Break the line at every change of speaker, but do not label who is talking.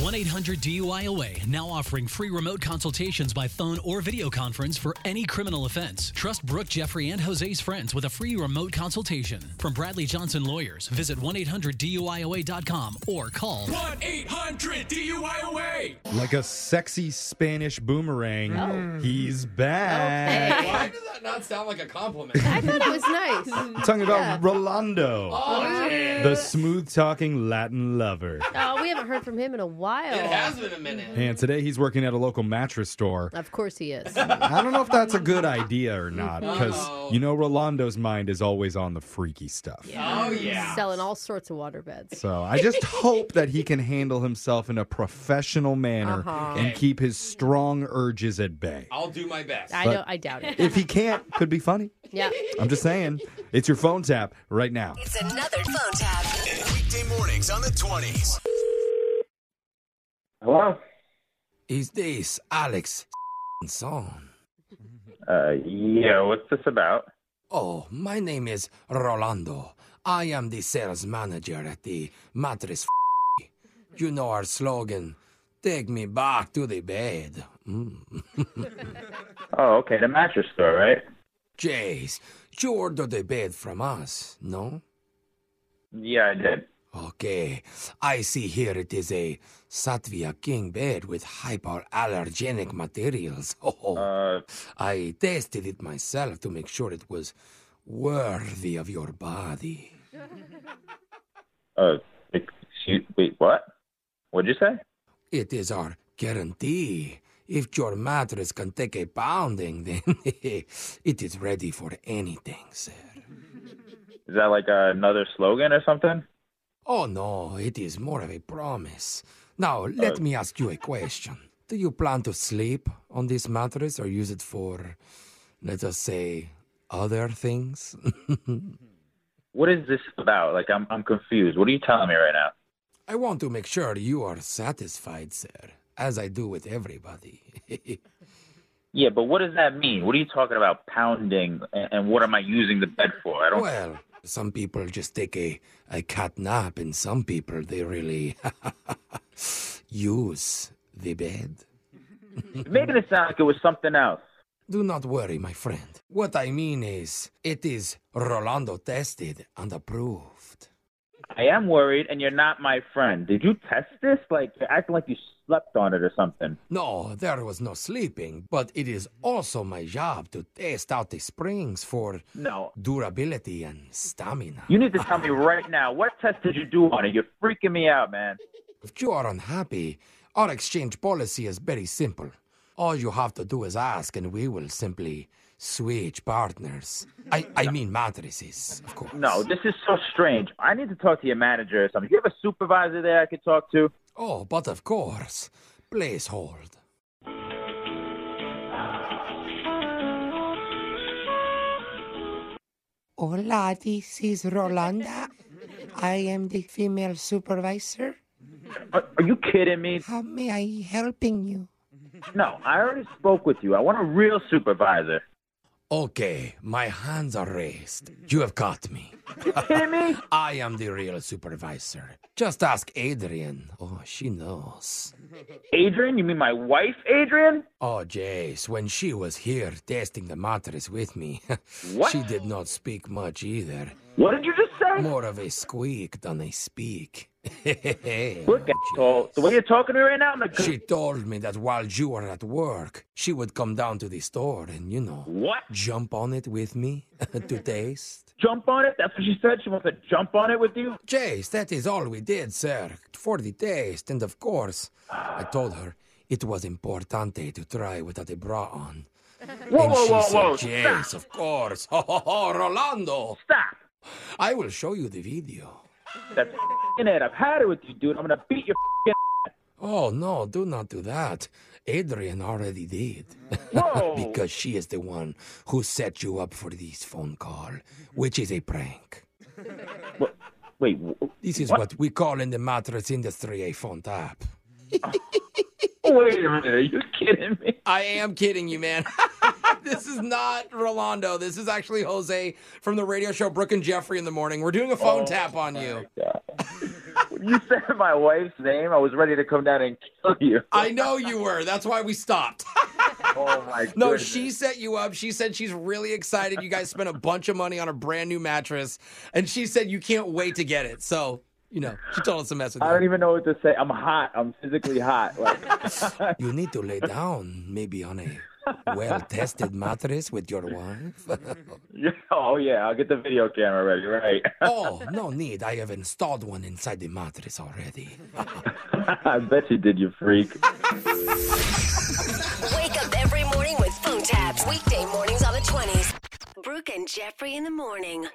1 800 DUIOA now offering free remote consultations by phone or video conference for any criminal offense. Trust Brooke, Jeffrey, and Jose's friends with a free remote consultation. From Bradley Johnson Lawyers, visit 1 800 DUIOA.com or call
1 800 DUIOA.
Like a sexy Spanish boomerang,
Oh.
he's back.
Why does that not sound like a compliment?
I thought it was nice.
I'm talking about Rolando,
Oh, shit.
the smooth talking Latin lover.
Oh, we haven't heard from him in a while.
It has been a minute.
And today he's working at a local mattress store.
Of course he is.
I don't know if that's a good idea or not
Uh-oh.
because you know Rolando's mind is always on the freaky stuff.
Oh, yeah.
Selling all sorts of water beds.
So I just hope that he can handle himself in a professional manner
Uh-huh.
and keep his strong urges at bay.
I'll do my best.
I
But-
don't. I doubt it.
If he can't, could be funny.
Yeah.
I'm just saying, it's your phone tap right now.
It's another phone tap.
Weekday mornings on the 20s.
Hello?
Is this Alex son?
Uh, yeah, what's this about?
Oh, my name is Rolando. I am the sales manager at the mattress. You know our slogan, take me back to the bed. Mm.
Oh, okay, the mattress store, right?
Jace, you ordered the bed from us, no?
Yeah, I did.
Okay, I see here it is a Satvia King bed with hyperallergenic materials. Oh,
Uh,
I tested it myself to make sure it was worthy of your body.
uh, excuse, wait, what? What'd you say?
It is our guarantee. If your mattress can take a pounding, then it is ready for anything, sir.
Is that like uh, another slogan or something?
Oh no, it is more of a promise. Now, let me ask you a question. Do you plan to sleep on this mattress or use it for, let us say, other things?
What is this about? Like, I'm, I'm confused. What are you telling me right now?
I want to make sure you are satisfied, sir, as I do with everybody.
Yeah, but what does that mean? What are you talking about pounding and, and what am I using the bed for? I don't.
Well, some people just take a, a cat nap, and some people they really use the bed.
Making it sound like it was something else.
Do not worry, my friend. What I mean is, it is Rolando tested and approved.
I am worried, and you're not my friend. Did you test this? Like, you're acting like you slept on it or something.
No, there was no sleeping, but it is also my job to test out the springs for
No,
durability and stamina.
You need to tell me right now what test did you do on it? You're freaking me out, man.
If you are unhappy, our exchange policy is very simple. All you have to do is ask, and we will simply switch partners. I, I mean mattresses, of course.
No, this is so strange. I need to talk to your manager or something. You have a supervisor there I could talk to?
Oh, but of course. Please hold. Hola, this is Rolanda. I am the female supervisor.
Are, are you kidding me?
How may I helping you?
No, I already spoke with you. I want a real supervisor.
Okay, my hands are raised. You have caught me.
Kidding me?
I am the real supervisor. Just ask Adrian. Oh, she knows.
Adrian? You mean my wife, Adrian?
Oh, Jace, when she was here testing the mattress with me,
What?
she did not speak much either.
What did you just say?
More of a squeak than a speak.
Look, asshole. The way you're talking to me right now, I'm like,
She told me that while you were at work, she would come down to the store and, you know,
what?
jump on it with me to taste.
Jump on it? That's what she said? She wants to jump on it with you?
Jace, that is all we did, sir, for the taste. And of course, I told her it was importante to try without a bra on.
Whoa,
and
whoa,
she
whoa,
said,
whoa.
Jace,
Stop.
of course. Ho, ho, ho, Rolando.
Stop.
I will show you the video.
That's f***ing it. I've had it with you, dude. I'm going to beat your f***ing
Oh, no, do not do that. Adrian already did.
Whoa.
because she is the one who set you up for this phone call, which is a prank.
Wait, wh-
This is
What?
what, we call in the mattress industry a phone tap.
Wait a minute, are you kidding me?
I am kidding you, man. this is not Rolando. This is actually Jose from the radio show Brooke and Jeffrey in the morning. We're doing a phone tap on you.
When you said my wife's name, I was ready to come down and kill you.
I know you were. That's why we stopped.
oh my god.
No, she set you up. She said she's really excited. You guys spent a bunch of money on a brand new mattress, and she said you can't wait to get it. So, you know, she told us to mess with
I don't
you.
even know what to say. I'm hot. I'm physically hot. Like,
You need to lay down, maybe on a well-tested mattress with your wife.
yeah, oh yeah, I'll get the video camera ready. Right.
oh, no need. I have installed one inside the mattress already.
I bet you did, you freak.
Wake up every morning with phone taps. Weekday mornings on the 20s. Brooke and Jeffrey in the morning.